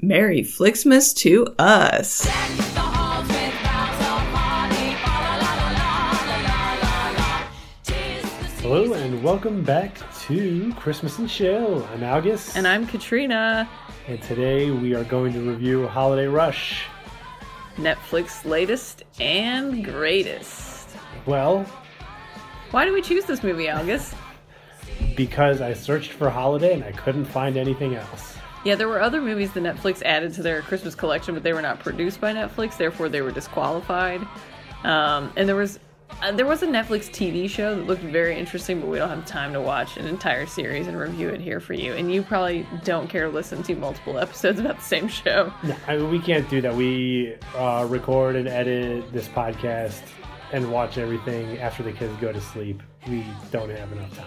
Merry Flixmas to us. Hello and welcome back to Christmas and Chill. I'm August, And I'm Katrina, and today we are going to review Holiday Rush. Netflix latest and greatest. Well, Why do we choose this movie, August? because I searched for Holiday and I couldn't find anything else. Yeah, there were other movies that Netflix added to their Christmas collection, but they were not produced by Netflix, therefore they were disqualified. Um, and there was uh, there was a Netflix TV show that looked very interesting, but we don't have time to watch an entire series and review it here for you. And you probably don't care to listen to multiple episodes about the same show. No, I mean, we can't do that. We uh, record and edit this podcast and watch everything after the kids go to sleep. We don't have enough time.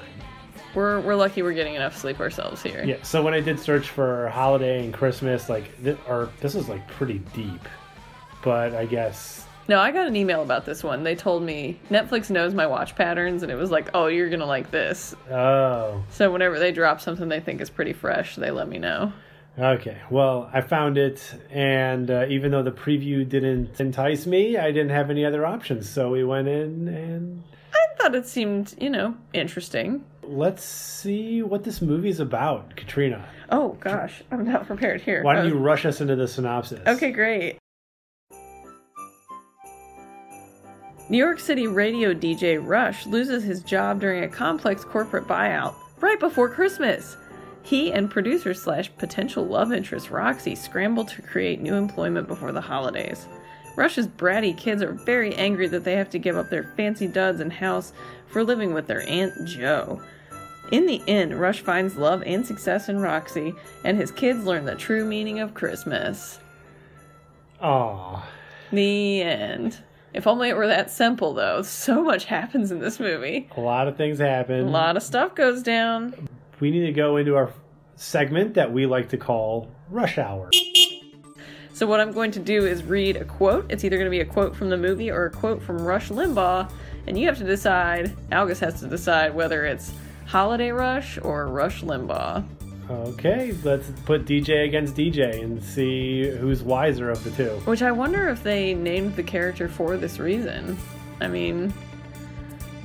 We're we're lucky we're getting enough sleep ourselves here. Yeah, so when I did search for holiday and Christmas, like, th- or this is like pretty deep, but I guess No, I got an email about this one. They told me Netflix knows my watch patterns, and it was like, oh, you're gonna like this. oh, So whenever they drop something they think is pretty fresh, they let me know. okay. Well, I found it, and uh, even though the preview didn't entice me, I didn't have any other options, so we went in and I thought it seemed, you know, interesting. let's see what this movie's about. Katrina, Oh gosh, I'm not prepared here. why don't Oh. you rush us into the synopsis? Okay, great. New York City radio DJ Rush loses his job during a complex corporate buyout right before Christmas. He and producer slash potential love interest Roxy scramble to create new employment before the holidays. Rush's bratty kids are very angry that they have to give up their fancy duds and house for living with their Aunt Jo. In the end, Rush finds love and success in Roxy, and his kids learn the true meaning of Christmas. Aw. The end. If only it were that simple, though. So much happens in this movie. A lot of things A happen. lot of stuff goes down. We need to go into our segment that we like to call Rush Hour. So, what I'm going to do is read a quote. It's either going to be a quote from the movie or a quote from Rush Limbaugh, and you have to decide, Algus has to decide whether it's Holiday Rush or Rush Limbaugh. Okay, let's put DJ against DJ and see who's wiser of the two. Which I wonder if they named the character for this reason. I mean,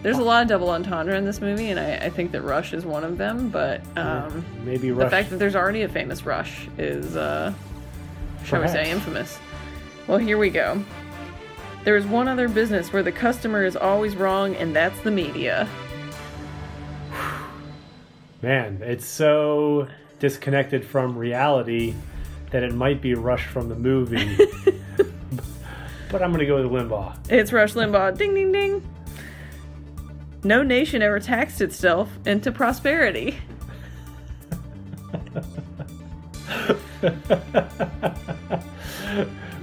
there's a lot of double entendre in this movie, and I, I think that Rush is one of them, but. Um, Maybe The Rush. fact that there's already a famous Rush is, uh, shall we Perhaps. say, infamous. Well, here we go. There is one other business where the customer is always wrong, and that's the media. Man, it's so disconnected from reality that it might be Rush from the movie. but I'm gonna go with Limbaugh. It's Rush Limbaugh. Ding, ding, ding. No nation ever taxed itself into prosperity.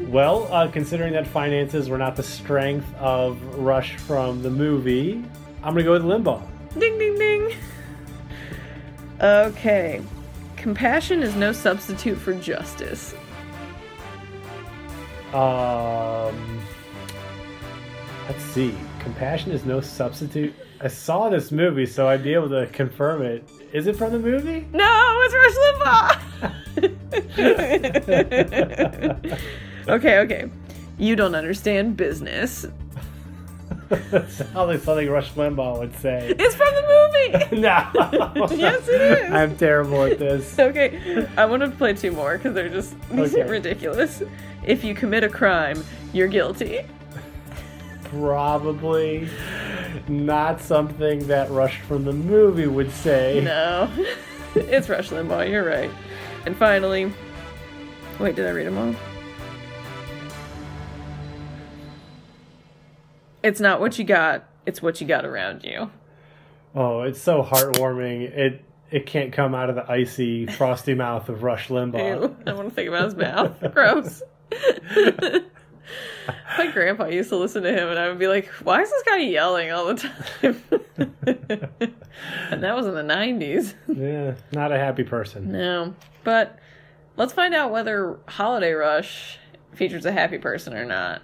well, uh, considering that finances were not the strength of Rush from the movie, I'm gonna go with Limbaugh. Ding, ding, ding. Okay. Compassion is no substitute for justice. Um, let's see. Compassion is no substitute. I saw this movie, so I'd be able to confirm it. Is it from the movie? No, it's Rush Limbaugh. okay, okay. You don't understand business. that sounds like something Rush Limbaugh would say. It's from the movie. no. Yes, it is. I'm terrible at this. Okay, I want to play two more because they're just these Okay. are ridiculous. If you commit a crime, you're guilty. Probably not something that Rush from the movie would say. No, it's Rush Limbaugh. You're right. And finally, wait, did I read them all? It's not what you got; it's what you got around you. Oh, it's so heartwarming. It it can't come out of the icy, frosty mouth of Rush Limbaugh. Ew, I want to think about his mouth. Gross. My grandpa used to listen to him, and I would be like, "Why is this guy yelling all the time?" and that was in the '90s. Yeah, not a happy person. No, but let's find out whether Holiday Rush features a happy person or not.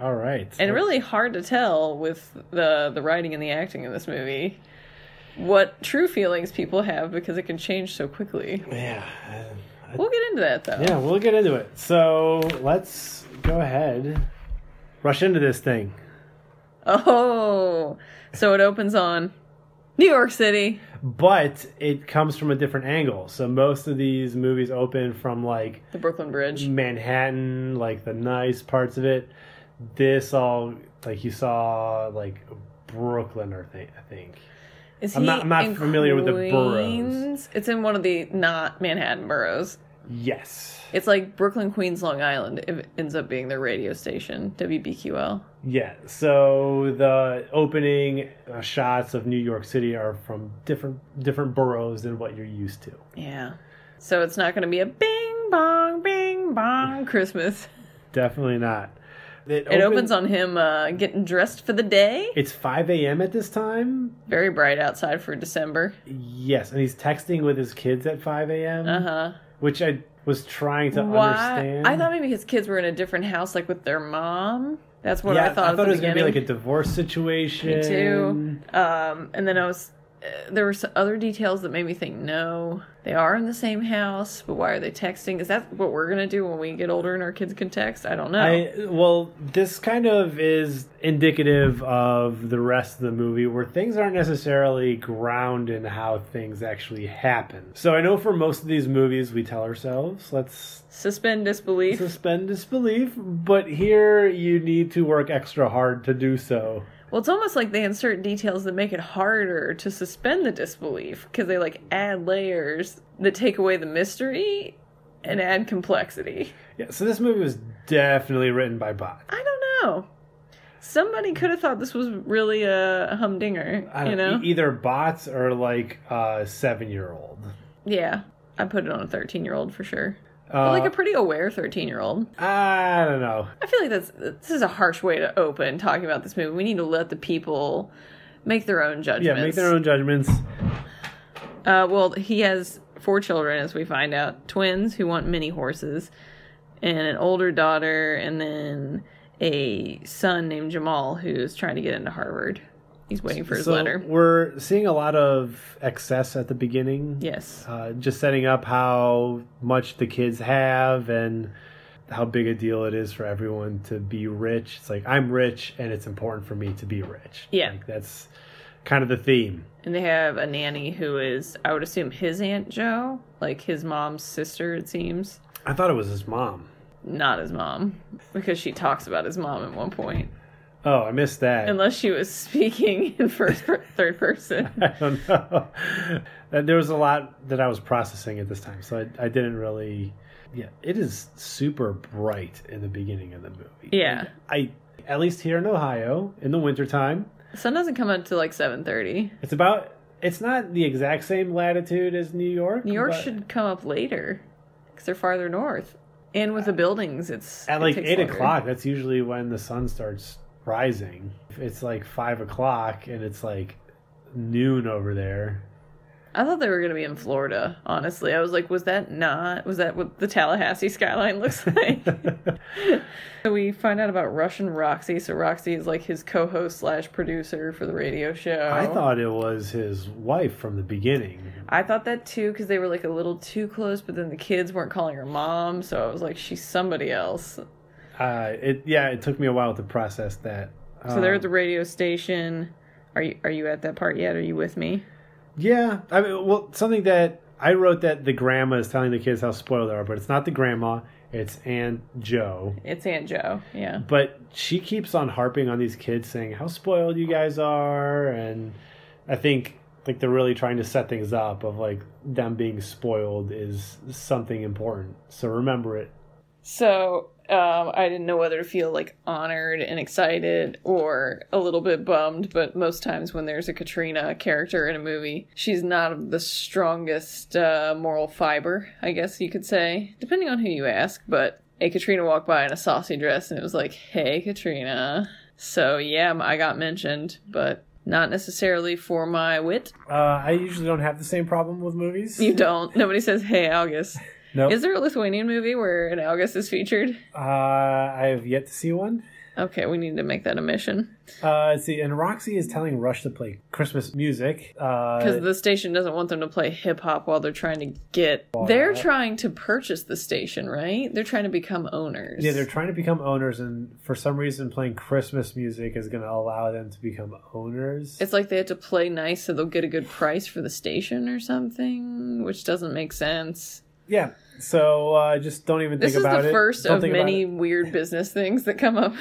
All right. And really hard to tell with the the writing and the acting in this movie what true feelings people have because it can change so quickly. Yeah, I We'll get into that though. Yeah, we'll get into it. So let's go ahead, rush into this thing. Oh, so it opens on New York City. But it comes from a different angle. So most of these movies open from like The Brooklyn Bridge. Mm. Manhattan, like the nice parts of it. This all like you saw like Brooklyn, or thi- I think. Is I'm he not- I'm not in familiar with the boroughs. Queens? It's in one of the not Manhattan boroughs. Yes, It's like Brooklyn, Queens, Long Island. It ends up being their radio station, WBQL. yeah. So the opening uh, shots of New York City are from different different boroughs than what you're used to. Yeah. So it's not going to be a bing bong, bing bong Christmas. Definitely not. It opens on him uh, getting dressed for the day. It's 5 a.m. at this time. Very bright outside for December. Yes, and he's texting with his kids at 5 a.m., Uh huh. which I was trying to Why? understand. I thought maybe his kids were in a different house, like with their mom. That's what yeah, I thought. at the it was gonna be like a beginning. divorce situation. Me too. Um, and then I was. Uh, there were some other details that made me think, no, they are in the same house, but why are they texting? Is that what we're gonna do when we get older and our kids can text? I don't know. I well, this kind of is indicative of the rest of the movie where things aren't necessarily grounded in how things actually happen. So I know for most of these movies we tell ourselves, let's Suspend disbelief. suspend disbelief, but here you need to work extra hard to do so. well, it's almost like they insert details that make it harder to suspend the disbelief because they like add layers that take away the mystery and add complexity. Yeah, so this movie was definitely written by Bot. I don't know. Somebody could have thought this was really a humdinger, I don't you know? e- either bots or like a seven year old. yeah, I put it on a 13 year old for sure. Uh, But like a pretty aware 13 year old. I don't know. I feel like that's this is a harsh way to open talking about this movie. We need to let the people make their own judgments. Yeah, make their own judgments. Uh, well, he has four children, as we find out twins who want mini horses, and an older daughter, and then a son named Jamal who's trying to get into Harvard. He's waiting for his so letter. We're seeing a lot of excess at the beginning. Yes. Uh, just setting up how much the kids have and how big a deal it is for everyone to be rich. It's like I'm rich and it's important for me to be rich. Yeah. Like, that's kind of the theme. And they have a nanny who is, I would assume, his Aunt Joe, like his mom's sister, it seems. I thought it was his mom. Not his mom, because she talks about his mom at one point. Oh, I missed that. Unless she was speaking in first, per- third person. I don't know. That- there was a lot that I was processing at this time, so I, I didn't really. Yeah, it is super bright in the beginning of the movie. Yeah. I at least here in Ohio in the wintertime, Sun doesn't come out till like 7.30. it's about. It's not the exact same latitude as New York. New York but should come up later because they're farther north, and with the buildings, it's at it like takes eight longer. o'clock. That's usually when the sun starts rising. It's like five o'clock, and it's like noon over there. I thought they were gonna be in Florida. Honestly, I was like, was that not? Was that what the Tallahassee skyline looks like? so we find out about Russian Roxy. So Roxy is like his co-host slash producer for the radio show. I thought it was his wife from the beginning. I thought that too because they were like a little too close, but then the kids weren't calling her mom, so I was like, she's somebody else. Uh, it yeah, it took me a while to process that. So Um, they're at the radio station. Are you are you at that part yet? Are you with me? yeah. I mean, well, something that I wrote that the grandma is telling the kids how spoiled they are, but it's not the grandma. It's Aunt Joe. It's Aunt Joe. Yeah. But she keeps on harping on these kids, saying how spoiled you guys are, and I think like they're really trying to set things up of like them being spoiled is something important. So remember it. So um, I didn't know whether to feel like honored and excited or a little bit bummed. But most times when there's a Katrina character in a movie, she's not of the strongest uh, moral fiber, I guess you could say, depending on who you ask. But a Katrina walked by in a saucy dress and it was like, hey, Katrina. So yeah, I got mentioned, but not necessarily for my wit. Uh, I usually don't have the same problem with movies. You don't. Nobody says, hey, August. No, Is there a Lithuanian movie where an August is featured? uh, I have yet to see one. Okay, we need to make that a mission Uh, let's see, and Roxy is telling Rush to play Christmas music. because Uh, the station doesn't want them to play hip hop while they're trying to get. Oh, They're trying to purchase the station, right? They're trying to become owners. yeah, they're trying to become owners, and for some reason, playing Christmas music is going to allow them to become owners. It's like they have to play nice so they'll get a good price for the station or something, which doesn't make sense. yeah, so uh, just don't even This think is about the it. first Don't of think about many it. weird business things that come up.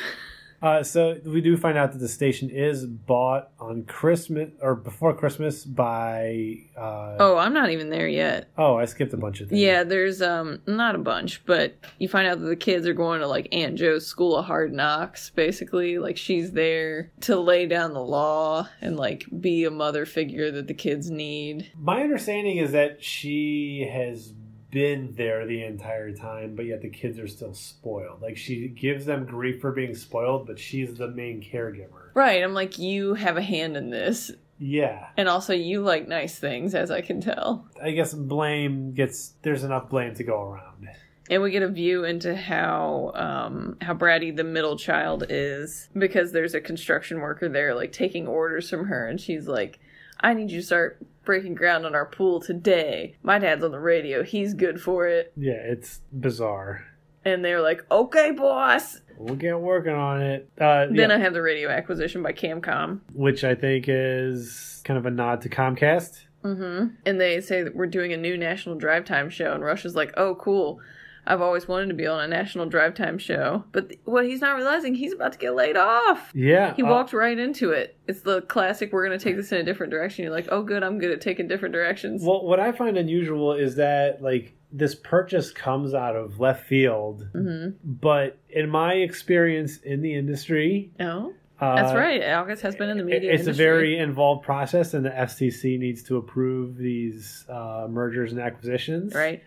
Uh, so we do find out that the station is bought on Christmas or before Christmas by. Uh, oh. Oh, I'm not even there yet. I skipped a bunch of things. Yeah, there's um not a bunch, but you find out that the kids are going to like Aunt Joe's school of hard knocks, basically. Like she's there to lay down the law and like be a mother figure that the kids need. My understanding is that she has been there the entire time, but yet the kids are still spoiled. Like she gives them grief for being spoiled, but she's the main caregiver. Right, I'm like, you have a hand in this. Yeah, And also you like nice things, as I can tell. I guess blame gets there's enough blame to go around. and we get a view into how um how bratty the middle child is because there's a construction worker there like taking orders from her and she's like i need you to start breaking ground on our pool today my dad's on the radio he's good for it Yeah, it's bizarre. and they're like okay boss We'll get working on it. Uh, then yeah, i have the radio acquisition by camcom which I think is kind of a nod to Comcast. hmm and they say that we're doing a new national drive time show and rush is like oh cool I've always wanted to be on a national drive time show, but th- what he's not realizing, he's about to get laid off. Yeah, He uh, walked right into it. It's the classic. We're gonna take this in a different direction. You're like, oh, good. I'm good at taking different directions. Well, what I find unusual is that like this purchase comes out of left field, hmm but in my experience in the industry, No, uh, Oh, that's right. August has been in the it- media. It's a industry. very involved process, and the FCC needs to approve these uh, mergers and acquisitions. right.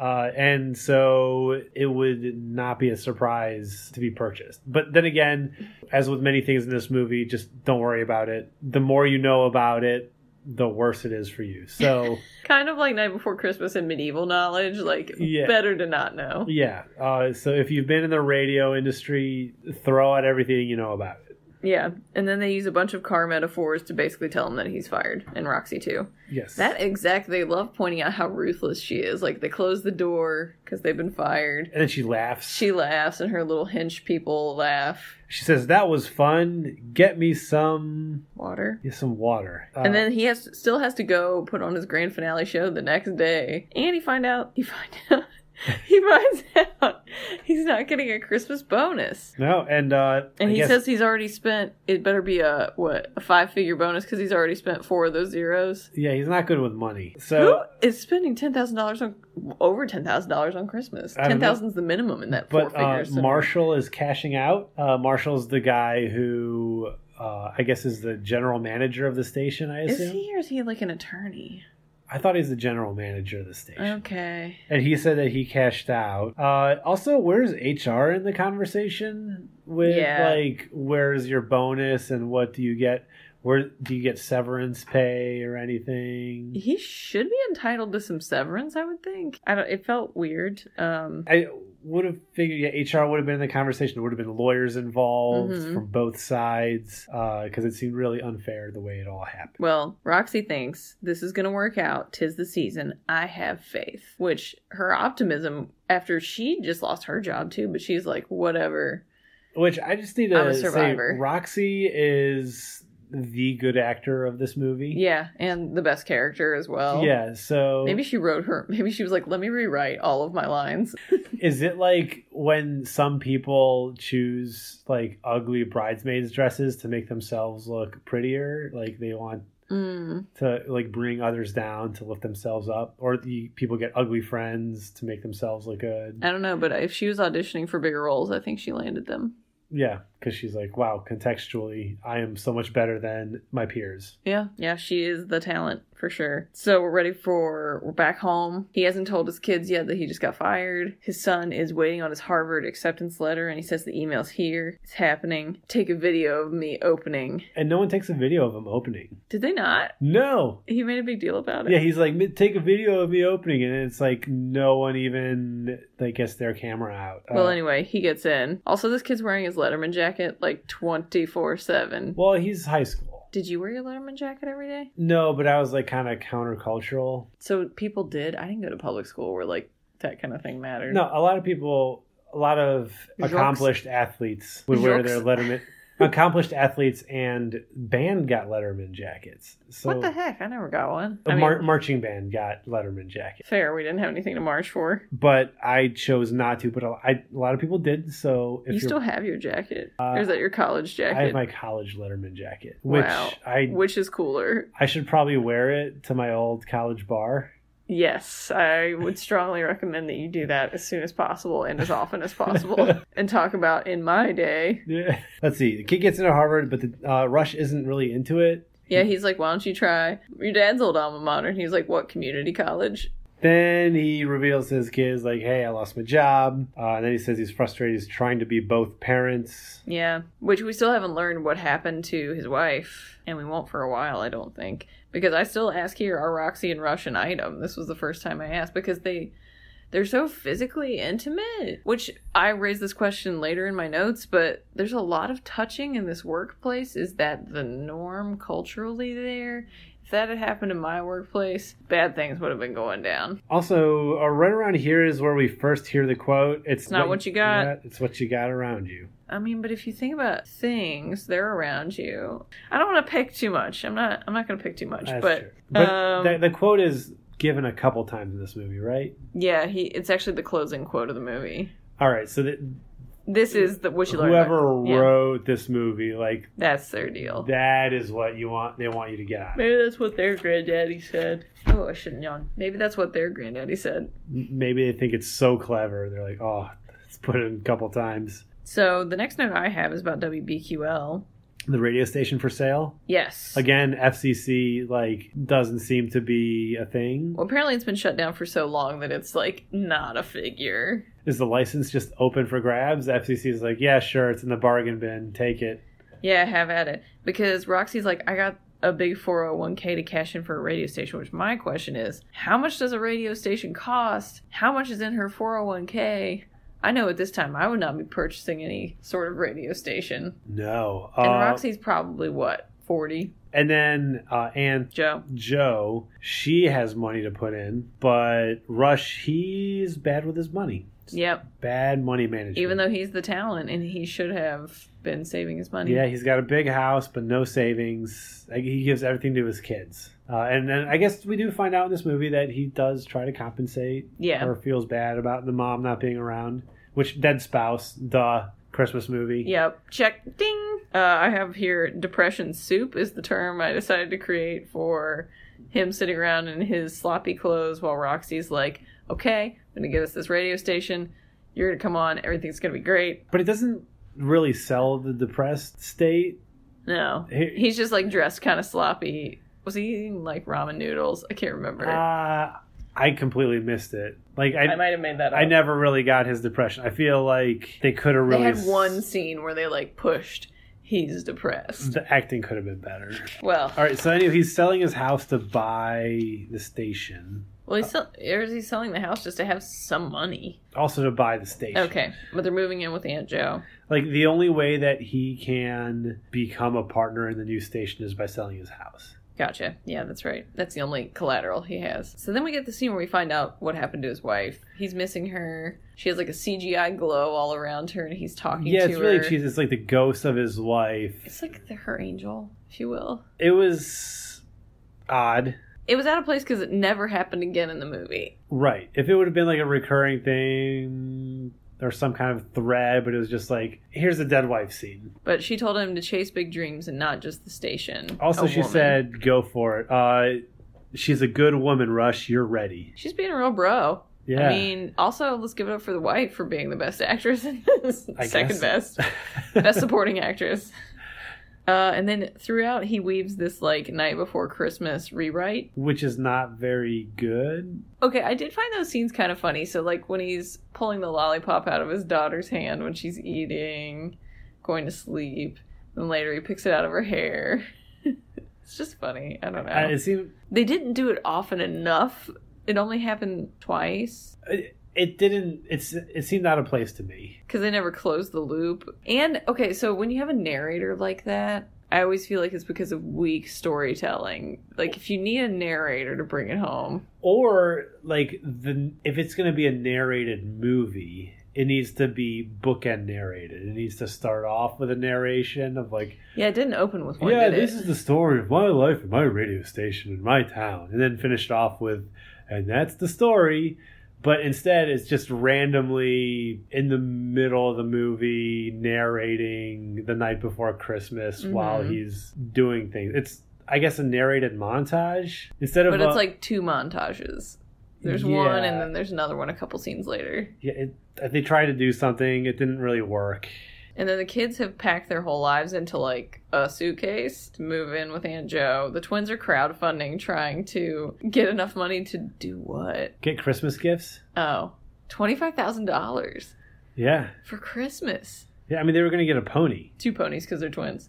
Uh, and so it would not be a surprise to be purchased. But then again, as with many things in this movie, just don't worry about it. The more you know about it, the worse it is for you. So. Kind of like Night Before Christmas and medieval knowledge. Like Yeah. better to not know. Yeah. Uh, so if you've been in the radio industry, throw out everything you know about it. Yeah. And then they use a bunch of car metaphors to basically tell him that he's fired, and Roxy too. Yes. That exec, they love pointing out how ruthless she is. Like they close the door because they've been fired. and then she laughs. She, She laughs, and her little hench people laugh. says, "That was fun. Get me some, Water. yeah, some water." Uh, and then he has still has to go put on his grand finale show the next day, and he find out he find out he finds out he's not getting a Christmas bonus, no, and uh, and I he guess- says he's already spent. It better be a what a five figure bonus because he's already spent four of those zeros. "Yeah, he's not good with money." So, Who is spending ten thousand dollars on over ten thousand dollars on Christmas? I don't Ten know. thousand is the minimum in that four but uh, figures. Marshall is cashing out. Uh, Marshall's the guy who. Uh, I guess is the general manager of the station. I is assume. he or is he like an attorney? I thought he's the general manager of the station, Okay, and he said that he cashed out. Uh, also, where's HR in the conversation with Yeah. like where's your bonus and what do you get? Where do you get severance pay or anything? he should be entitled to some severance. I would think. I don't. It felt weird. Um, I would have figured yeah, HR would have been in the conversation. There would have been lawyers involved Mhm. from both sides because it seemed really unfair the way it all happened. Well, Roxy thinks this is going to work out. Tis the season. I have faith. Which her optimism after she just lost her job too, but she's like, whatever. Which I just need I'm a to say, survivor. Roxy is the good actor of this movie. Yeah, and the best character as well. Yeah, so Maybe she wrote her. Maybe she was like, let me rewrite all of my lines. Is it like when some people choose like ugly bridesmaids dresses to make themselves look prettier? Like they want Mm, to like bring others down to lift themselves up, or the people get ugly friends to make themselves look good. I don't know, but if she was auditioning for bigger roles, I think she landed them. Yeah, because she's like, wow, contextually, I am so much better than my peers. Yeah, yeah, she is the talent for sure. So we're ready for we're back home. He hasn't told his kids yet that he just got fired. His son is waiting on his Harvard acceptance letter and he says the email's here. It's happening. Take a video of me opening. And no one takes a video of him opening. Did they not? No. He made a big deal about it. Yeah, he's like, "M- take a video of me opening, and it's like no one even like gets their camera out. Well, Uh, anyway, he gets in. Also, this kid's wearing his Letterman jacket like 24 7. Well, he's high school. Did you wear your Letterman jacket every day? No, but I was like kind of countercultural. So people did. I didn't go to public school where like that kind of thing mattered. No, a lot of people, a lot of Jocks. accomplished athletes would wear their Jocks. Letterman. accomplished athletes and band got Letterman jackets. So what the heck? I never got one. A I mean, mar- marching band got Letterman jackets, fair. We didn't have anything to march for. but I chose not to. But a, I, a lot of people did. So if you you're- still have your jacket, Uh, or is that your college I have jacket? my college Letterman jacket, which Wow. I Which is cooler? I should probably wear it to my old college bar. Yes, I would strongly recommend that you do that as soon as possible and as often as possible, and talk about in my day. Yeah. Let's see. The kid gets into Harvard, but the uh, Rush isn't really into it. Yeah, he's like, why don't you try your dad's old alma mater? And he's like, what community college? Then he reveals to his kids, like, "Hey, I lost my job." Uh, and then he says he's frustrated. He's trying to be both parents. Yeah, which we still haven't learned what happened to his wife, and we won't for a while, I don't think, because I still ask here are Roxy and Rush an item. This was the first time I asked because they they're so physically intimate, which I raised this question later in my notes, but there's a lot of touching in this workplace. Is that the norm culturally there? If that had happened in my workplace, bad things would have been going down. Also, uh, right around here is where we first hear the quote. It's, not what you got. it's what you got around you. I mean, but if you think about things, they're around you. I don't want to pick too much. I'm not. I'm not going to pick too much. That's but true. But um, the, the quote is given a couple times in this movie, right? yeah, he. It's actually the closing quote of the movie. All right. So that This is the what you learned. whoever about- yeah, Oh. wrote this movie, like, that's their deal. that is what you want. They want you to get out. of it. Maybe that's what their granddaddy said. Oh, I shouldn't yawn. Maybe that's what their granddaddy said. Maybe they think it's so clever. They're like, "Oh, let's put it in a couple times." So the next note I have is about WBQL. The radio station for sale. Yes. again fcc like doesn't seem to be a thing Well, apparently it's been shut down for so long that it's like not a figure. is the license just open for grabs fcc is like yeah sure it's in the bargain bin take it Yeah, have at it. Because Roxy's like, I got a big 401k to cash in for a radio station, which my question is, how much does a radio station cost? How much is in her 401k? I know at this time I would not be purchasing any sort of radio station. no And Uh, Roxy's probably what, 40? and then uh and Joe. joe she has money to put in but rush he's bad with his money Yep. bad money management Even though he's the talent and he should have been saving his money. yeah, he's got a big house, but no savings. Like, He gives everything to his kids, uh, and then I guess we do find out in this movie that he does try to compensate Yeah. or feels bad about the mom not being around. Which dead spouse, the Christmas movie. Yep. Check. Ding. Uh, I have here depression soup is the term I decided to create for him sitting around in his sloppy clothes while Roxy's like, okay, I'm going to give us this radio station. You're going to come on. Everything's going to be great. But it doesn't really sell the depressed state. No. He- He's just like dressed kind of sloppy. Was he eating like ramen noodles? I can't remember. Uh, I completely missed it. Like I I, might have made that up. I never really got his depression. I feel like they could have They really had one s- scene where they like pushed, he's depressed. The acting could have been better. Well, All right. So anyway, he's selling his house to buy the station, well, he's uh sell- or is he selling the house just to have some money? also to buy the station. Okay, but they're moving in with Aunt Joe. Like the only way that he can become a partner in the new station is by selling his house. Gotcha. Yeah, that's right. That's the only collateral he has. So then we get the scene where we find out what happened to his wife. He's missing her. She has like a CGI glow all around her, and he's talking yeah, to it's her. really cheesy. It's like the ghost of his wife. It's like the, her angel, if you will. It was odd. It was out of place because it never happened again in the movie. Right. If it would have been like a recurring thing or some kind of thread, but it was just like, here's the dead wife scene. But she told him to chase big dreams and not just the station. Also, A she woman. said, go for it. Uh, she's a good woman, Rush. You're ready. she's being a real bro. Yeah. I mean, also let's give it up for the wife for being the best actress in this. I Second guess. best, best supporting actress. Uh, and then throughout, he weaves this like night before Christmas rewrite which is not very good. Okay, I did find those scenes kind of funny. So, like when he's pulling the lollipop out of his daughter's hand when she's eating, going to sleep, and later he picks it out of her hair. it's just funny. I don't know. I, it seemed they didn't do it often enough. It only happened twice it, it didn't. It's it seemed out of place to me. because they never closed the loop. And okay, so when you have a narrator like that, I always feel like it's because of weak storytelling. Like if you need a narrator to bring it home, Or like the if it's going to be a narrated movie. It needs to be bookend narrated. It needs to start off with a narration of like, yeah, it didn't open with one. yeah, did it? this is the story of my life at my radio station in my town, and then finished off with, and that's the story. But instead, it's just randomly in the middle of the movie narrating the night before Christmas while Mhm. he's doing things. It's I guess a narrated montage instead of but it's a- like two montages. There's one, Yeah. and then there's another one a couple scenes later. yeah, it, uh, they tried to do something. It didn't really work. And then the kids have packed their whole lives into like a suitcase to move in with Aunt Joe. The twins are crowdfunding, trying to get enough money to do what? Get Christmas gifts. Oh, $25,000 Yeah, for Christmas. yeah. I mean, they were gonna get a pony. Two ponies because they're twins.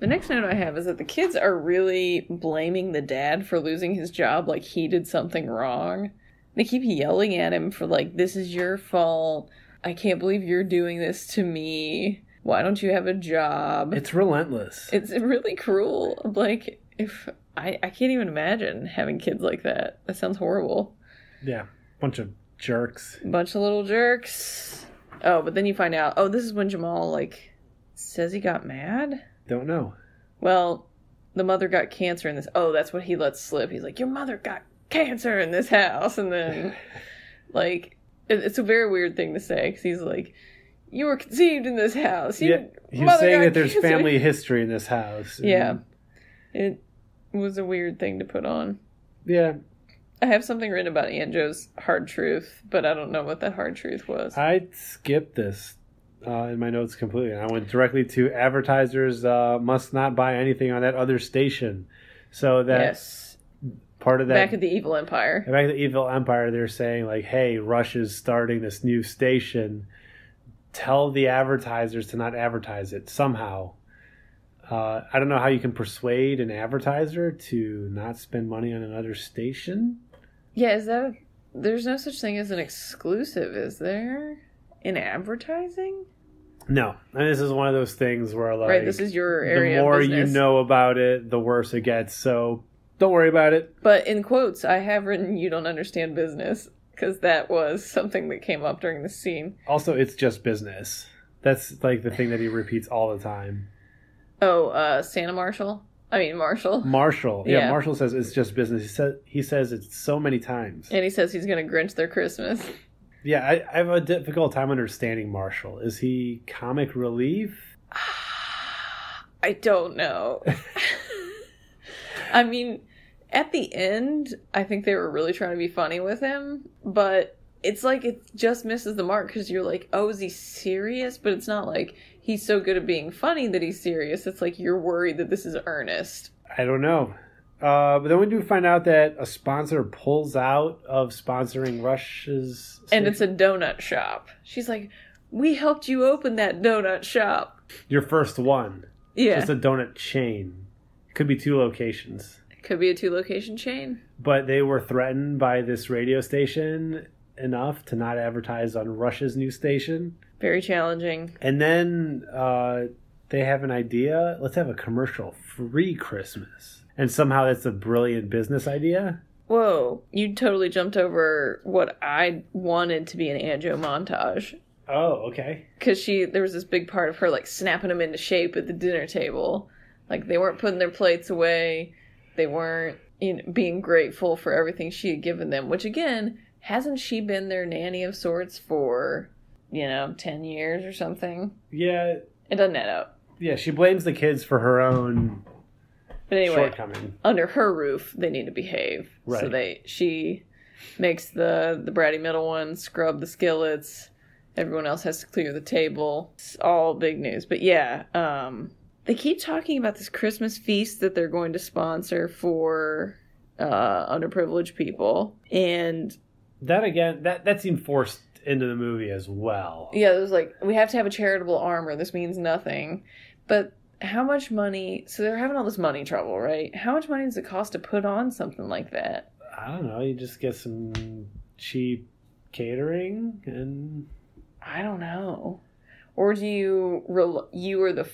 The next note I have is that the kids are really blaming the dad for losing his job, like he did something wrong. They keep yelling at him for, like, this is your fault. I can't believe you're doing this to me. Why don't you have a job? It's relentless. it's really cruel like if I, I can't even imagine having kids like that that sounds horrible yeah, bunch of jerks. bunch of little jerks oh but then you find out oh this is when jamal like says he got mad Don't know. well the mother got cancer in this oh that's what he lets slip he's like your mother got cancer in this house and then like it, it's a very weird thing to say because he's like you were conceived in this house You- Yeah, he's mother saying got that there's cancer." family history in this house. and- yeah it was a weird thing to put on yeah. I have something written about Aunt Jo's hard truth, but I don't know what that hard truth was. I skipped this uh, in my notes completely. I went directly to advertisers uh, must not buy anything on that other station. So that's yes. part of that. Back at the Evil Empire. back at the Evil Empire, they're saying like, "Hey, Russia's starting this new station. Tell the advertisers to not advertise it somehow." Uh, I don't know how you can persuade an advertiser to not spend money on another station. Yeah, is that. There's no such thing as an exclusive, is there? In advertising? No, and this is one of those things where like right, this is your area. the more of you business. know about it, the worse it gets. So don't worry about it. But in quotes, I have written, you don't understand business, because that was something that came up during the scene. Also, it's just business. That's like the thing that he repeats all the time. Oh, uh, Santa Marshall? I mean, Marshall. Marshall, yeah, Yeah. Marshall says it's just business. He says he says it so many times. And he says he's going to Grinch their Christmas. yeah, I, I have a difficult time understanding Marshall. Is he comic relief? I don't know. I mean, at the end, I think they were really trying to be funny with him, but it's like it just misses the mark because you're like, oh, is he serious? But it's not like he's so good at being funny that he's serious. It's like you're worried that this is earnest. I don't know. Uh, but then we do find out that a sponsor pulls out of sponsoring Rush's, And it's a donut shop. She's like, we helped you open that donut shop. your first one. Yeah. Just a donut chain. Could be two locations. Could be a two location chain. But they were threatened by this radio station enough to not advertise on Rush's new station. Very challenging. And then uh, they have an idea. Let's have a commercial free Christmas. And somehow that's a brilliant business idea. Whoa, you totally jumped over what I wanted to be an Anjo montage. Oh, okay. Because she, there was this big part of her like snapping them into shape at the dinner table. Like they weren't putting their plates away, they weren't you know, being grateful for everything she had given them, which again, hasn't she been their nanny of sorts for, you know, 10 years or something? Yeah, It doesn't add up. yeah. She blames the kids for her own But anyway, shortcoming. under her roof they need to behave so Right. they she makes the the bratty middle one scrub the skillets everyone else has to clear the table it's all big news but yeah um They keep talking about this Christmas feast that they're going to sponsor for uh, underprivileged people, and That again, that that seemed forced into the movie as well. yeah, it was like we have to have a charitable armor. This means nothing, but how much money? So they're having all this money trouble, right? How much money does it cost to put on something like that? I don't know. You just get some cheap catering, and I don't know. Or do you rel- you are the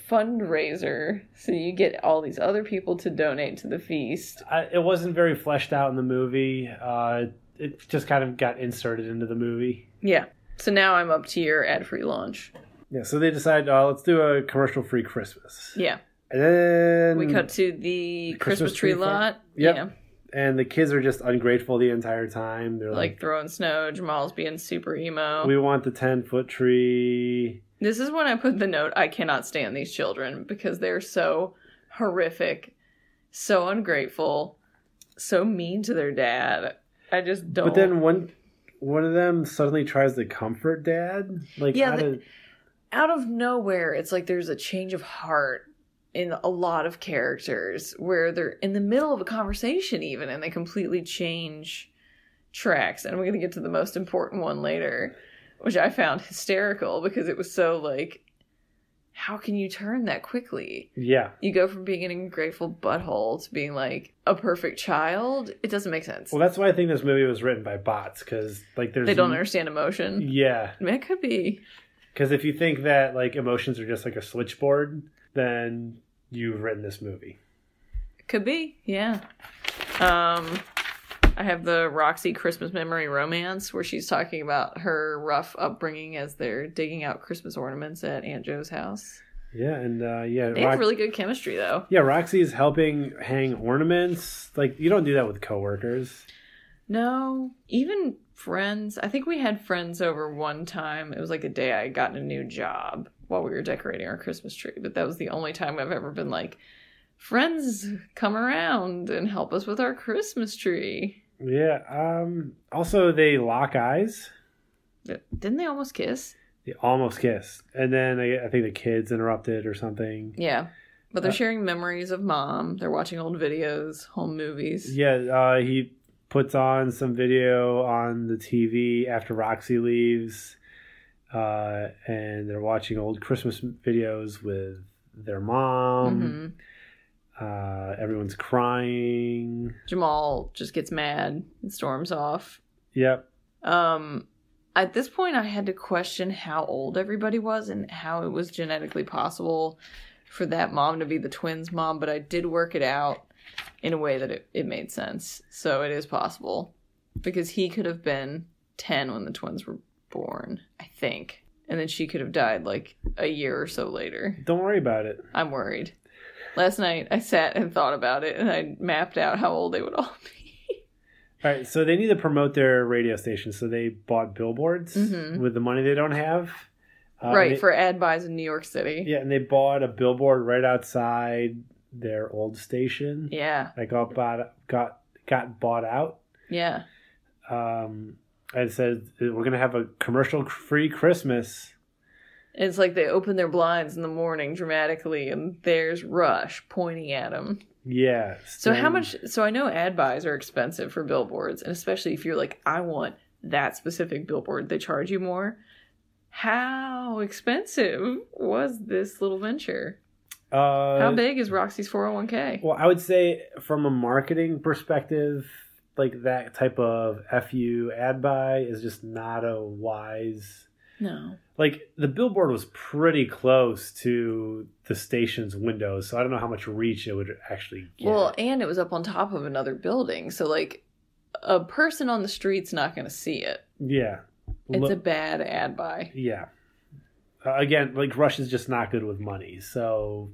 fundraiser, so you get all these other people to donate to the feast? I, it wasn't very fleshed out in the movie. Uh, it just kind of got inserted into the movie. Yeah. So now I'm up to your ad-free launch. Yeah, so they decided, uh, let's do a commercial-free Christmas. Yeah. And then We cut to the Christmas, Christmas tree, tree farm. lot. Yep. Yeah. and the kids are just ungrateful the entire time. They're Like like, throwing snow. Jamal's being super emo. "We want the ten-foot tree." This is when I put the note I cannot stand these children because they're so horrific, so ungrateful, so mean to their dad. I just don't But then one one of them suddenly tries to comfort dad. Like, Yeah, yeah, the- out of nowhere, it's like there's a change of heart in a lot of characters where they're in the middle of a conversation, even, and they completely change tracks. And we're going to get to the most important one later, which I found hysterical because it was so like, how can you turn that quickly? yeah. You go from being an ungrateful butthole to being like a perfect child. It doesn't make sense. Well, that's why I think this movie was written by bots because, like, there's they don't understand emotion. Yeah, It could be. because if you think that like emotions are just like a switchboard, then you've written this movie. Could be, yeah. Um, I have the Roxy Christmas memory romance where she's talking about her rough upbringing as they're digging out Christmas ornaments at Aunt Joe's house. Yeah, and uh, yeah, They Rox- have really good chemistry though. yeah. Roxy's helping hang ornaments. Like, you don't do that with coworkers. No, even friends. I think we had friends over one time. It was like the day I got a new job while we were decorating our Christmas tree, but that was the only time I've ever been like, friends come around and help us with our Christmas tree. Yeah. Um. Also, they lock eyes. Didn't they almost kiss? They almost kiss, and then I, I think the kids interrupted or something. Yeah. But they're Uh, sharing memories of mom. They're watching old videos, home movies. Yeah, uh, he puts on some video on the TV after Roxy leaves, uh, and they're watching old Christmas videos with their mom. hmm Uh, everyone's crying. Jamal just gets mad and storms off. Yep. Um, at this point, I had to question how old everybody was and how it was genetically possible for that mom to be the twins' mom, but I did work it out in a way that it, it made sense. So it is possible because he could have been 10 when the twins were born, I think. And then she could have died like a year or so later. Don't worry about it. I'm worried. Last night I sat and thought about it and I mapped out how old they would all be. All right, so they need to promote their radio station, so they bought billboards Mhm. with the money they don't have. Uh, right, and they- for ad buys in New York City. yeah, and they bought a billboard right outside their old station. Yeah. That got bought got got bought out. Yeah. um, and said we're gonna have a commercial free Christmas. It's like they open their blinds in the morning dramatically and there's Rush pointing at them. Yeah. So how and- much so I know ad buys are expensive for billboards and especially if you're like I want that specific billboard they charge you more. How expensive was this little venture? Uh, How big is Roxy's 401k? Well, I would say from a marketing perspective, like that type of fu ad buy is just not a wise. No. Like the billboard was pretty close to the station's windows, so I don't know how much reach it would actually get. Well, and it was up on top of another building. So, like, a person on the street's not going to see it. yeah. It's Lo- a bad ad buy. yeah. Uh, again, like Rush is just not good with money, so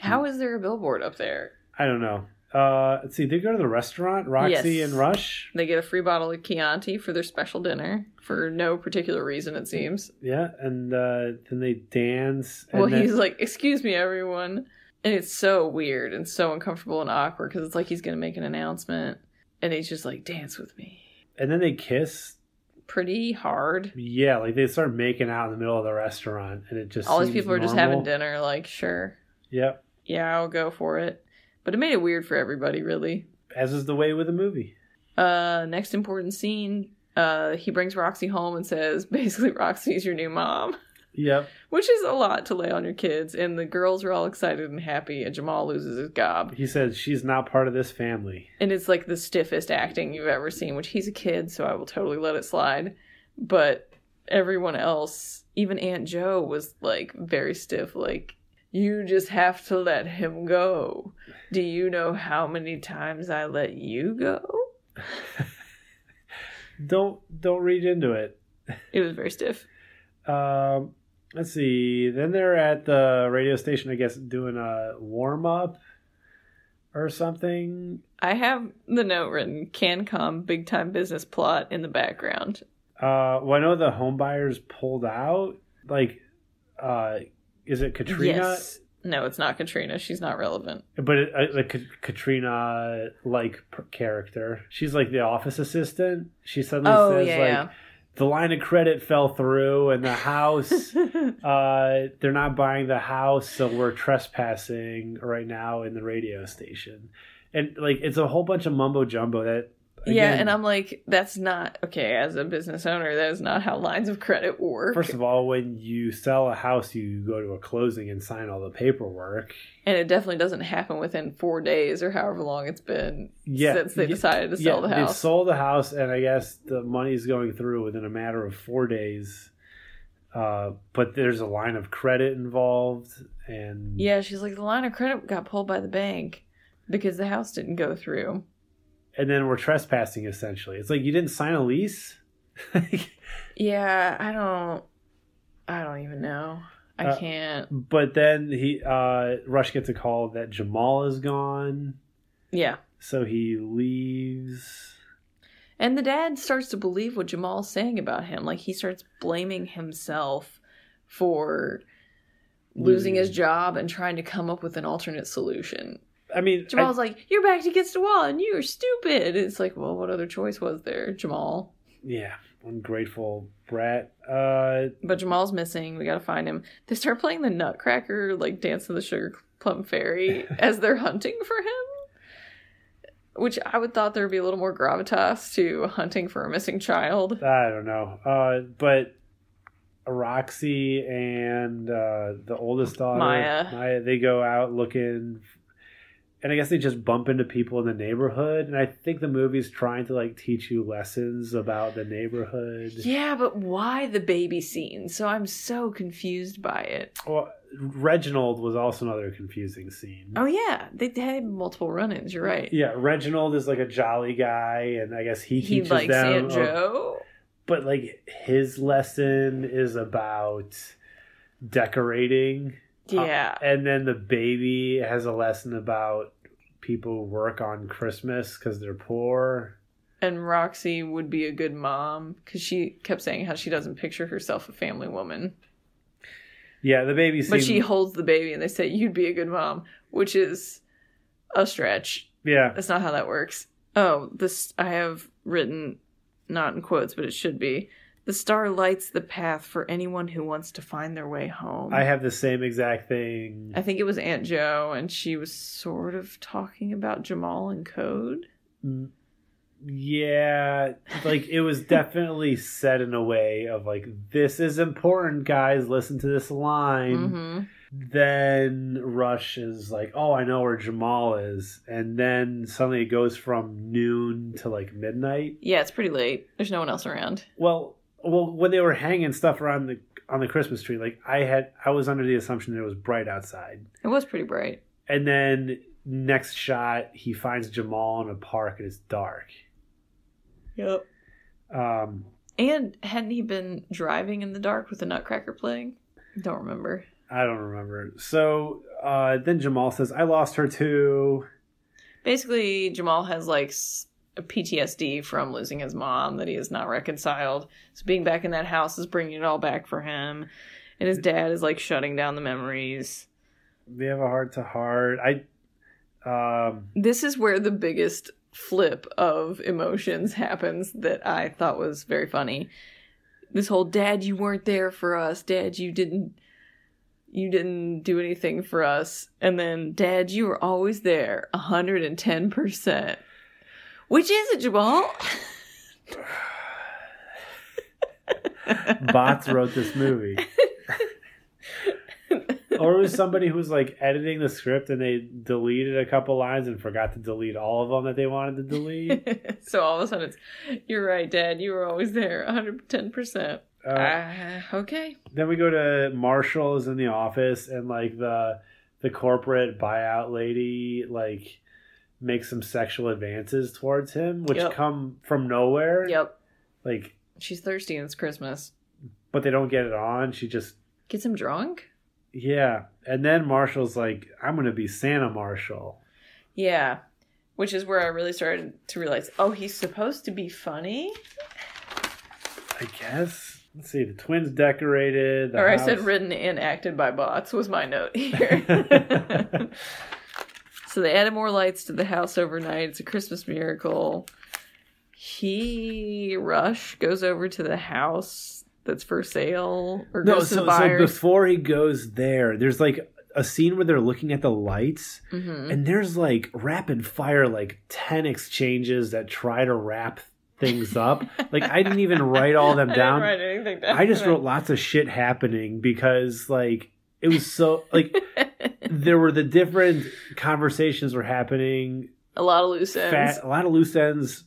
How is there a billboard up there? I don't know. Uh, let's see. They go to the restaurant, Roxy Yes. and Rush. They get a free bottle of Chianti for their special dinner for no particular reason, it seems. Yeah, and uh, then they dance. And Well, then- he's like, Excuse me, everyone. And it's so weird and so uncomfortable and awkward because it's like he's going to make an announcement and he's just like, Dance with me. and then they kiss. Pretty hard. Yeah, like they start making out in the middle of the restaurant, and it just All these seems people are just normal. having dinner, like, sure. Yep. yeah, I'll go for it. But it made it weird for everybody, really. as is the way with a movie. Uh, next important scene. Uh, he brings Roxy home and says, basically, Roxy's your new mom, Yep. which is a lot to lay on your kids. And the girls are all excited and happy, and Jamal loses his gob. He says she's not part of this family. And it's like the stiffest acting you've ever seen, which he's a kid, so I will totally let it slide. But everyone else, even Aunt Joe, was like very stiff, like, you just have to let him go. Do you know how many times I let you go? Don't don't read into it. It was very stiff. Um, let's see. Then they're at the radio station, I guess, doing a warm up or something. I have the note written CanCom big time business plot in the background. Uh, well, I know the home buyers pulled out. Like, uh, is it Katrina? Yes. No, it's not Katrina. She's not relevant. But it, uh, the Ka- Katrina like per- character, she's like the office assistant. She suddenly Oh, says yeah, like yeah. the line of credit fell through and the house. uh, they're not buying the house, so we're trespassing right now in the radio station, and like it's a whole bunch of mumbo jumbo that. yeah, again, and I'm like, that's not okay. As a business owner, that is not how lines of credit work. First of all, when you sell a house, you go to a closing and sign all the paperwork. and it definitely doesn't happen within four days or however long it's been Yeah, since they yeah, decided to sell the They house. sold the house, and I guess the money's going through within a matter of four days. Uh, but there's a line of credit involved, and yeah, she's like, the line of credit got pulled by the bank because the house didn't go through. and then we're trespassing essentially. It's like you didn't sign a lease. Yeah, I don't, I don't even know. I Uh, can't. but then he uh, Rush gets a call that Jamal is gone, Yeah. so he leaves. And the dad starts to believe what Jamal's saying about him. Like he starts blaming himself for losing his job and trying to come up with an alternate solution. I mean, I- Jamal's like, You're backed against the wall and you're stupid. It's like, well, what other choice was there, Jamal? yeah, ungrateful brat. Uh, But Jamal's missing. We gotta find him. They start playing the Nutcracker, like Dance of the Sugar Plum Fairy, as they're hunting for him. Which I would thought there would be a little more gravitas to hunting for a missing child. I don't know. Uh, but Roxy and uh, the oldest daughter, Maya. they go out looking, and I guess they just bump into people in the neighborhood. And I think the movie's trying to like teach you lessons about the neighborhood. Yeah, but why the baby scene? So I'm so confused by it. Well, Reginald was also another confusing scene. Oh yeah, they had multiple run-ins. You're right. Mm. Yeah, Reginald is like a jolly guy, and I guess he he teaches likes them. oh. Aunt Joe. But like his lesson is about decorating. yeah, And then the baby has a lesson about people who work on Christmas because they're poor. and Roxy would be a good mom because she kept saying how she doesn't picture herself a family woman, Yeah, the baby. but seemed- she holds the baby and they say you'd be a good mom, which is a stretch. yeah, That's not how that works. Oh, this I have written not in quotes, but it should be. The star lights the path for anyone who wants to find their way home. I have the same exact thing. I think it was Aunt Joe, and she was sort of talking about Jamal and code. Mm, yeah like it was definitely said in a way of like this is important guys listen to this line hmm then rush is like oh i know where jamal is and then suddenly it goes from noon to like midnight Yeah, it's pretty late. There's no one else around. well well when they were hanging stuff around the on the christmas tree like i had i was under the assumption that it was bright outside It was pretty bright. and then next shot he finds jamal in a park and it's dark Yep. um And hadn't he been driving in the dark with the Nutcracker playing? Don't remember. I don't remember. So uh, then Jamal says, I lost her too. Basically, Jamal has like s- a PTSD from losing his mom that he has not reconciled. So being back in that house is bringing it all back for him. And his dad is like shutting down the memories. They have a heart to heart. I. Um, this is where the biggest flip of emotions happens that I thought was very funny. This whole dad, you weren't there for us, dad, you didn't you didn't do anything for us. And then, Dad, you were always there, 110%. Which is it, Jabal? Bots wrote this movie. or it was somebody who was like editing the script and they deleted a couple lines and forgot to delete all of them that they wanted to delete. so all of a sudden, it's, you're right, Dad, you were always there, 110%. Uh, Uh, okay. then we go to Marshall is in the office and like the the corporate buyout lady like makes some sexual advances towards him, which Yep. come from nowhere. Yep. Like, She's thirsty and it's Christmas. but they don't get it on. She just Gets him drunk? yeah. And then Marshall's like, I'm gonna be Santa Marshall. Yeah. Which is where I really started to realize, oh, he's supposed to be funny? I guess. Let's see. The twins decorated. The or I house- said written and acted by bots was my note here. so they added more lights to the house overnight. It's a Christmas miracle. He rush goes over to the house that's for sale or No, goes to so, the so buyers. before he goes there, there's like a scene where they're looking at the lights, Mhm. and there's like rapid fire, like 10 exchanges that try to wrap things up. like, I didn't even write all them I down. didn't write anything down. I just wrote lots of shit happening because, like, it was so, like, there were the different conversations were happening, a lot of loose ends. fat, a lot of loose ends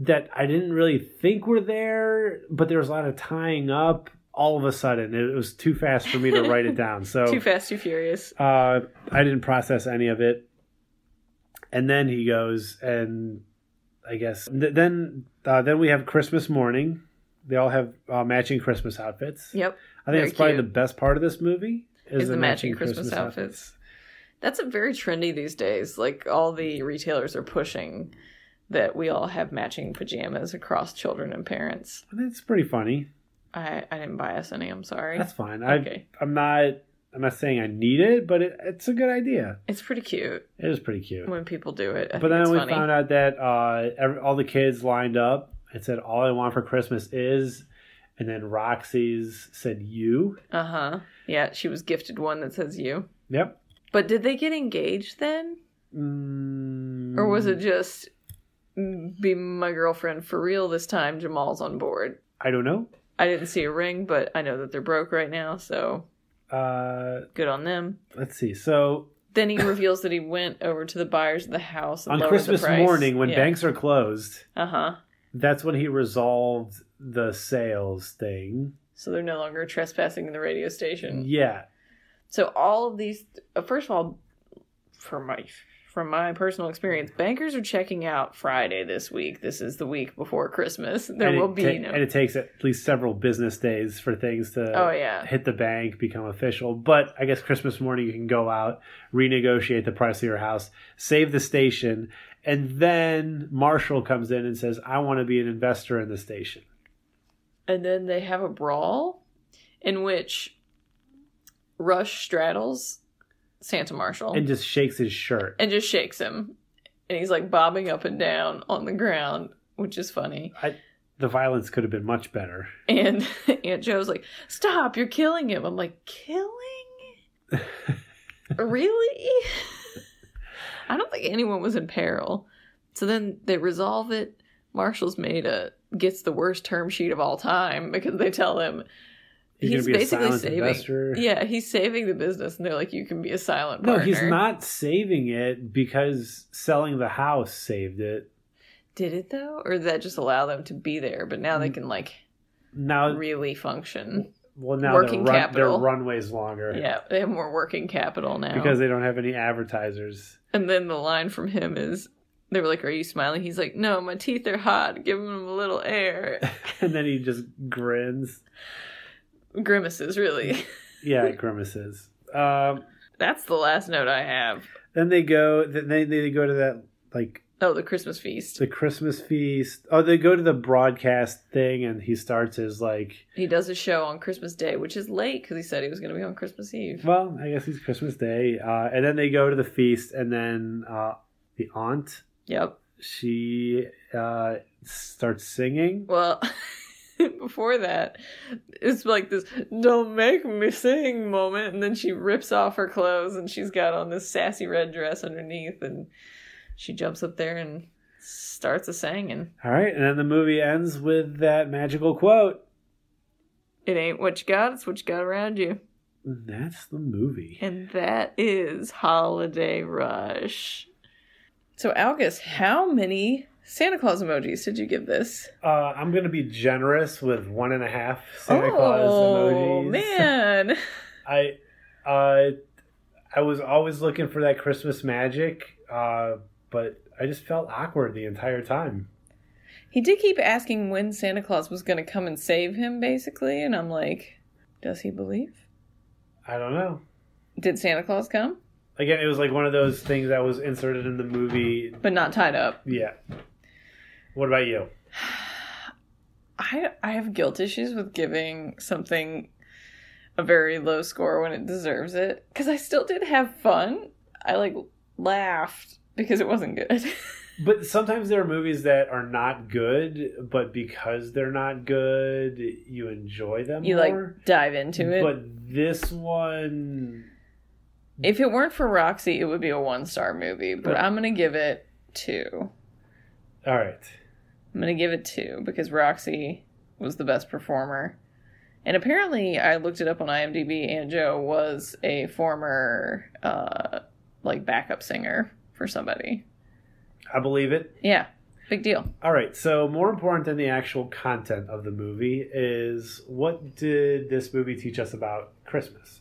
that I didn't really think were there, but there was a lot of tying up all of a sudden. It was too fast for me to write it down. So Too fast, too furious. uh, I didn't process any of it. And then he goes, and I guess th- then uh, then we have Christmas morning. They all have uh, matching Christmas outfits. Yep. I very think it's probably cute. the best part of this movie Is the matching Christmas outfits. That's a very trendy these days. Like all the retailers are pushing that we all have matching pajamas across children and parents. I think it's pretty funny. I, I didn't buy us any. I'm sorry. That's fine. I, okay, I'm not. I'm not saying I need it, but it, it's a good idea. it's pretty cute It is pretty cute. when people do it. I think but then it's we funny. found out that uh, every, all the kids lined up and said, "All I want for Christmas is," and then Roxy's said, "You." Uh huh. Yeah, she was gifted one that says you. Yep. But did they get engaged then, Mm, or was it just mm, be my girlfriend for real this time? Jamal's on board. I don't know. I didn't see a ring, but I know that they're broke right now, so Uh, good on them. let's see. So Then he reveals that he went over to the buyers of the house and on lowered the Christmas price. morning, when Yeah. banks are closed, uh-huh, that's when he resolved the sales thing. so they're no longer trespassing the radio station. Yeah. So all of these, uh, first of all, from my from my personal experience, bankers are checking out Friday this week. This is the week before Christmas. There and will it be ta- no. and uh, it takes at least several business days for things to oh yeah, hit the bank, become official. But I guess Christmas morning you can go out, renegotiate the price of your house, save the station, and then Marshall comes in and says, "I want to be an investor in the station." and then they have a brawl in which Rush straddles Santa Marshall And just shakes his shirt. Oh. and just shakes him, and he's like bobbing up and down on the ground, which is funny. The violence could have been much better. And Aunt Joe's like, "Stop! You're killing him." I'm like, "Killing? really?" I don't think anyone was in peril. So then they resolve it. Marshall's made a gets the worst term sheet of all time because they tell him You're he's gonna be a basically silent saving. investor. Yeah, he's saving the business, and they're like, "You can be a silent." No, Partner. he's not saving it because selling the house saved it. Did it though, or did that just allow them to be there? But now Mm. they can like Now, really function. well, now working their, run, their capital. runway's longer Yeah, they have more working capital now because they don't have any advertisers. And then the line from him is, they were like, "Are you smiling?" He's like, "No, my teeth are hot. Giving him a little air." And then he just grins. Grimaces, really. Yeah, it grimaces. Um, That's the last note I have. then they go. Then they they go to that like Oh, the Christmas feast. the Christmas feast. Oh, they go to the broadcast thing, and he starts his like. He does a show on Christmas Day, which is late because he said he was going to be on Christmas Eve. Well, I guess it's Christmas Day, uh, and then they go to the feast, and then uh, the aunt Yep. she uh, starts singing. Well, before that, it's like this "Don't make me sing" moment, and then she rips off her clothes and she's got on this sassy red dress underneath, and she jumps up there and starts a singing. All right, and then the movie ends with that magical quote. It ain't what you got; it's what you got around you, And That's the movie. and that is Holiday Rush. So, Algus, how many Santa Claus emojis did you give this? Uh, I'm gonna be generous with one and a half Santa Claus emojis. Oh, man. I, uh, I was always looking for that Christmas magic, uh, but I just felt awkward the entire time. he did keep asking when Santa Claus was going to come and save him, basically. And I'm like, does he believe? I don't know. Did Santa Claus come? Again, it was like one of those things that was inserted in the movie. But not tied up. Yeah. What about you? I, I have guilt issues with giving something a very low score when it deserves it. Because I still did have fun. I like laughed because it wasn't good. But sometimes there are movies that are not good, but because they're not good, you enjoy them you like more. dive into it. But this one, if it weren't for Roxy, it would be a one star movie. But Right. I'm going to give it two. all right. I'm gonna give it two because Roxy was the best performer, and apparently I looked it up on IMDb. and Joe was a former uh, like backup singer for somebody. I believe it. Yeah, big deal. All right. So more important than the actual content of the movie is what did this movie teach us about Christmas?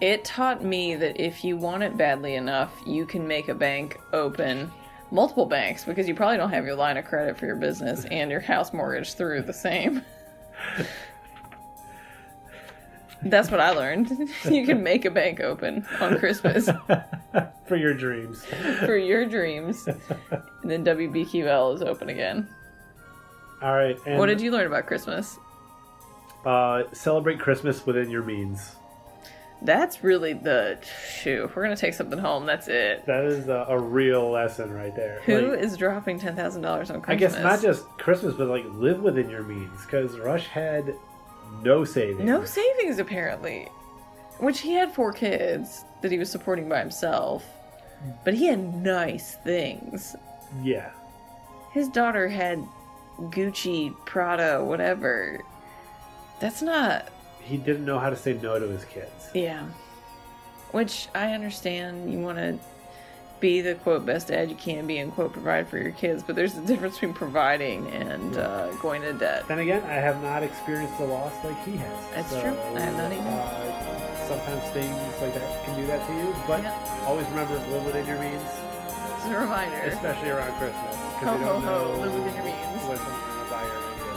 It taught me that if you want it badly enough, you can make a bank open multiple banks because you probably don't have your line of credit for your business and your house mortgage through the same. That's what I learned. you can make a bank open on Christmas. For your dreams. for your dreams. And then WBQL is open again. All right. And, what did you learn about Christmas? uh, celebrate Christmas within your means? That's really the shoe. We're gonna take something home. That's it. That is a, a real lesson right there. Who is Like, dropping ten thousand dollars on I Christmas? guess not just Christmas, but like live within your means because Rush had no savings. no savings apparently, which he had four kids that he was supporting by himself. But he had nice things. Yeah. His daughter had Gucci, Prada, whatever. That's not He didn't know how to say no to his kids. Yeah. Which I understand you want to be the quote best dad you can be and quote provide for your kids, but there's a difference between providing and uh, going to debt. Then again, I have not experienced the loss like he has. That's true. I have not either. Uh, sometimes things like that can do that to you, but Yeah. always remember live within your means, It's a reminder. especially around Christmas. 'cause Ho, you don't ho, ho, know live within your means. When something's gonna buy you.